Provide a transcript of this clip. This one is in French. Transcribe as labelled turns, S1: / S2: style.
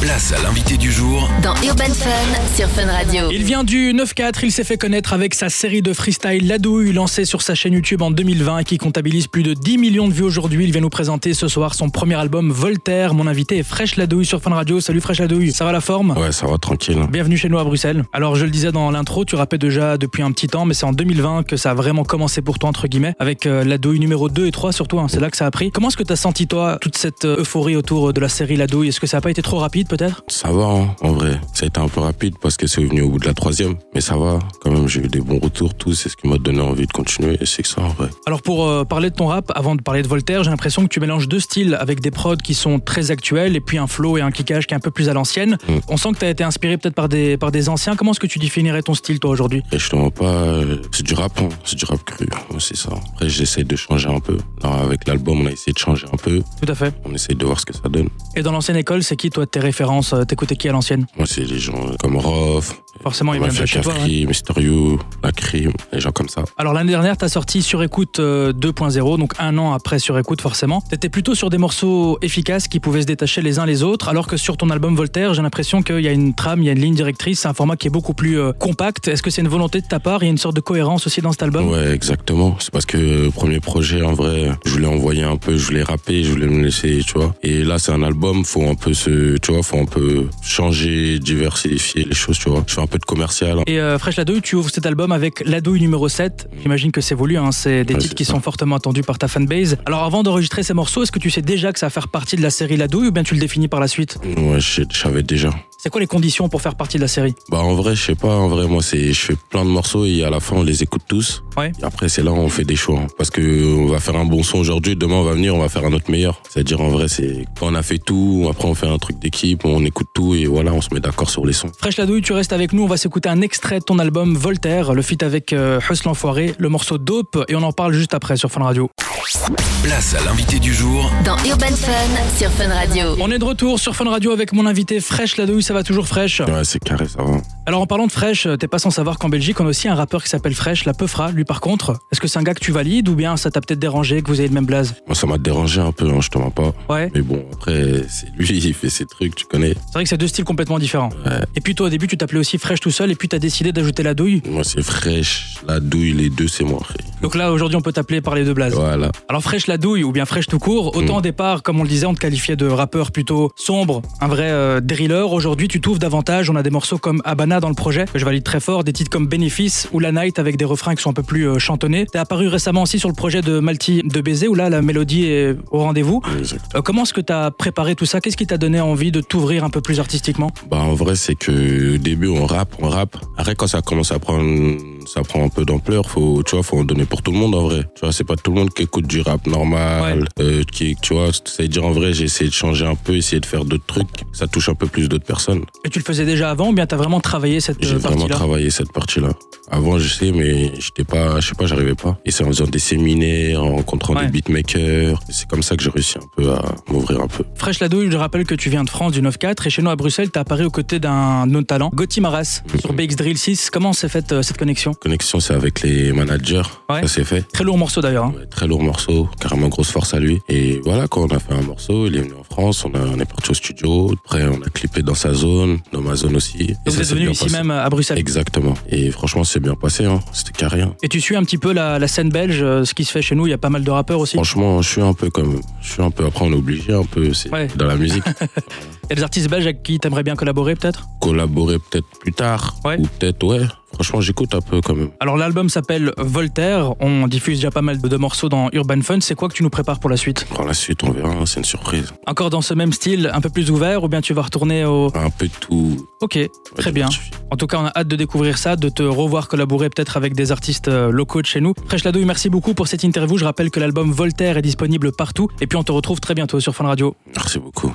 S1: Place à l'invité du jour
S2: Dans Urban Fun sur Fun Radio.
S3: Il vient du 9-4, il s'est fait connaître avec sa série de freestyle La Douille, lancée sur sa chaîne YouTube en 2020, qui comptabilise plus de 10 millions de vues aujourd'hui. Il vient nous présenter ce soir son premier album Voltaire. Mon invité est Fresh La Douille sur Fun Radio. Salut Fresh La Douille, ça va la forme
S4: Ouais, ça va tranquille.
S3: Bienvenue chez nous à Bruxelles. Alors je le disais dans l'intro, tu rappelles déjà depuis un petit temps, mais c'est en 2020 que ça a vraiment commencé pour toi, entre guillemets, avec euh, La Douille numéro 2 et 3 surtout, hein. c'est là que ça a pris. Comment est-ce que tu as senti toi toute cette euh, euphorie autour de la série La Douille Est-ce que ça n'a pas été trop rapide peut-être
S4: Ça va, hein, en vrai. Ça a été un peu rapide parce que c'est venu au bout de la troisième. Mais ça va, quand même, j'ai eu des bons retours, tout. C'est ce qui m'a donné envie de continuer. Et c'est que ça, en vrai.
S3: Alors pour euh, parler de ton rap, avant de parler de Voltaire, j'ai l'impression que tu mélanges deux styles avec des prods qui sont très actuels et puis un flow et un kickage qui est un peu plus à l'ancienne.
S4: Mm.
S3: On sent que tu as été inspiré peut-être par des, par des anciens. Comment est-ce que tu définirais ton style toi aujourd'hui
S4: Et je te mens pas, euh, c'est du rap, hein. c'est du rap cru, hein, c'est ça. Après, j'essaie de changer un peu. Là, avec l'album, on a essayé de changer un peu.
S3: Tout à fait.
S4: On essaye de voir ce que ça donne.
S3: Et dans l'ancienne école, c'est qui toi tes références euh, T'écoutais qui à l'ancienne
S4: Moi, c'est les gens euh, comme Rof,
S3: Forcément, il vient de
S4: Mafia
S3: chez toi. hein.
S4: Cafri, Mister You, La Crime, les gens comme ça.
S3: Alors l'année dernière, t'as sorti Sur Écoute euh, 2.0, donc un an après Sur Écoute forcément. T'étais plutôt sur des morceaux efficaces qui pouvaient se détacher les uns les autres, alors que sur ton album Voltaire, j'ai l'impression qu'il y a une trame, il y a une ligne directrice, c'est un format qui est beaucoup plus euh, compact. Est-ce que c'est une volonté de ta part Il y a une sorte de cohérence aussi dans cet album
S4: Ouais, exactement. C'est parce que euh, premier projet, en vrai, je voulais envoyer un peu, je voulais rapper, je voulais me laisser, tu vois. Et là, c'est un album, faut un peu se, tu vois, faut un peu changer, diversifier les choses, tu vois. Je fais un peu de commercial. hein.
S3: Et euh, Fresh La Douille, tu ouvres cet album avec La Douille numéro 7. J'imagine que c'est voulu, hein, c'est des
S4: Ouais,
S3: titres
S4: c'est
S3: qui
S4: ça.
S3: sont fortement attendus par ta fanbase. Alors avant d'enregistrer ces morceaux, est-ce que tu sais déjà que ça va faire partie de la série La Douille ou bien tu le définis par la suite
S4: hein. Ouais, je je savais déjà.
S3: C'est quoi les conditions pour faire partie de la série
S4: Bah, en vrai, je sais pas, en vrai, moi, c'est, je fais plein de morceaux et à la fin, on les écoute tous.
S3: Ouais.
S4: Et après, c'est là où on fait des choix. hein. Parce que on va faire un bon son aujourd'hui, demain, on va venir, on va faire un autre meilleur. C'est-à-dire, en vrai, c'est quand on a fait tout, après, on fait un truc d'équipe, on écoute tout et voilà, on se met d'accord sur les sons.
S3: Fresh la douille, tu restes avec nous. On va s'écouter un extrait de ton album Voltaire, le feat avec euh, Huss l'enfoiré, le morceau Dope, et on en parle juste après sur Fun Radio.
S1: Place à l'invité du jour
S2: Dans Urban Fun sur Fun Radio.
S3: On est de retour sur Fun Radio avec mon invité Fresh la douille, ça va toujours fraîche.
S4: Ouais, c'est carré, ça va.
S3: Alors en parlant de fraîche, euh, t'es pas sans savoir qu'en Belgique, on a aussi un rappeur qui s'appelle Fresh, la Peufra. Lui par contre, est-ce que c'est un gars que tu valides ou bien ça t'a peut-être dérangé que vous ayez le même blaze
S4: Moi, ça m'a dérangé un peu, hein, je te mens pas.
S3: Ouais.
S4: Mais bon, après, c'est lui, il fait ses trucs, tu connais.
S3: C'est vrai que c'est deux styles complètement différents. Et puis toi au début, tu t'appelais aussi Fresh tout seul, et puis t'as décidé d'ajouter la douille.
S4: Moi, c'est fraîche, la douille, les deux, c'est moi. frère.
S3: Donc là aujourd'hui, on peut t'appeler par les deux blazes.
S4: Voilà.
S3: Alors fraîche la douille ou bien fraîche tout court, autant
S4: Mm.
S3: au départ, comme on le disait, on te qualifiait de rappeur plutôt sombre, un vrai euh, driller. Aujourd'hui, tu t'ouvres davantage. On a des morceaux comme Habana dans le projet, que je valide très fort, des titres comme Bénéfice ou La Night avec des refrains qui sont un peu plus euh, chantonnés. T'es apparu récemment aussi sur le projet de Malti de Baiser, où là, la mélodie est au rendez-vous.
S4: Exact.
S3: Euh, comment est-ce que t'as préparé tout ça Qu'est-ce qui t'a donné envie de t'ouvrir un peu plus artistiquement
S4: Bah, en vrai, c'est que au début, on rappe, on rappe. Après, quand ça commence à prendre, ça prend un peu d'ampleur, faut, tu vois, faut en donner pour tout le monde, en vrai. Tu vois, c'est pas tout le monde qui écoute du rap normal, euh, qui, tu vois, c'est-à-dire, en vrai, j'ai essayé de changer un peu, essayer de faire d'autres trucs. Ça touche un peu plus d'autres personnes.
S3: Et tu le faisais déjà avant ou bien t'as vraiment travaillé cette
S4: J'ai
S3: euh,
S4: vraiment
S3: partie-là
S4: travaillé cette partie-là. Avant, je sais, mais j'étais pas, je sais pas, j'arrivais pas. Et c'est en faisant des séminaires, en rencontrant
S3: Ouais.
S4: des beatmakers. C'est comme ça que j'ai réussi un peu à m'ouvrir un peu.
S3: Fresh Ladouille, je rappelle que tu viens de France du 9-4 et chez nous à Bruxelles, t'as apparu aux côtés d'un autre talent, Gauthier Maras, sur BX Drill 6. Comment s'est faite euh, cette connexion
S4: Connexion, c'est avec les managers.
S3: Ouais.
S4: Ça s'est fait.
S3: Très lourd morceau d'ailleurs. hein.
S4: Ouais, Très lourd morceau, carrément grosse force à lui. Et voilà, quand on a fait un morceau, il est venu en France, on, a- on est parti au studio. Après, on a clippé dans sa zone, dans ma zone aussi. Et
S3: Donc vous êtes
S4: s'est
S3: venu
S4: bien
S3: ici
S4: passé.
S3: même à Bruxelles.
S4: Exactement. Et franchement, c'est bien passé, hein. C'était carré. hein.
S3: Et tu suis un petit peu la, la scène belge, euh, ce qui se fait chez nous, il y a pas mal de rappeurs aussi.
S4: Franchement, je suis un peu comme, je suis un peu. Après, on est obligé un peu. C'est
S3: Ouais.
S4: dans la musique.
S3: Il y a des artistes belges avec qui t'aimerais bien collaborer peut-être
S4: collaborer peut-être plus tard.
S3: Ouais.
S4: Ou peut-être, ouais. Franchement, j'écoute un peu quand même.
S3: Alors l'album s'appelle Voltaire, on diffuse déjà pas mal de, de morceaux dans Urban Fun, c'est quoi que tu nous prépares pour la suite
S4: Par la suite, on verra, hein, c'est une surprise.
S3: Encore dans ce même style, un peu plus ouvert, ou bien tu vas retourner au...
S4: Un peu de tout.
S3: Ok, très bien. En tout cas, on a hâte de découvrir ça, de te revoir collaborer peut-être avec des artistes euh, locaux de chez nous. Fresh Ladouille, merci beaucoup pour cette interview. Je rappelle que l'album Voltaire est disponible partout. Et puis on te retrouve très bientôt sur Fun Radio.
S4: Merci beaucoup.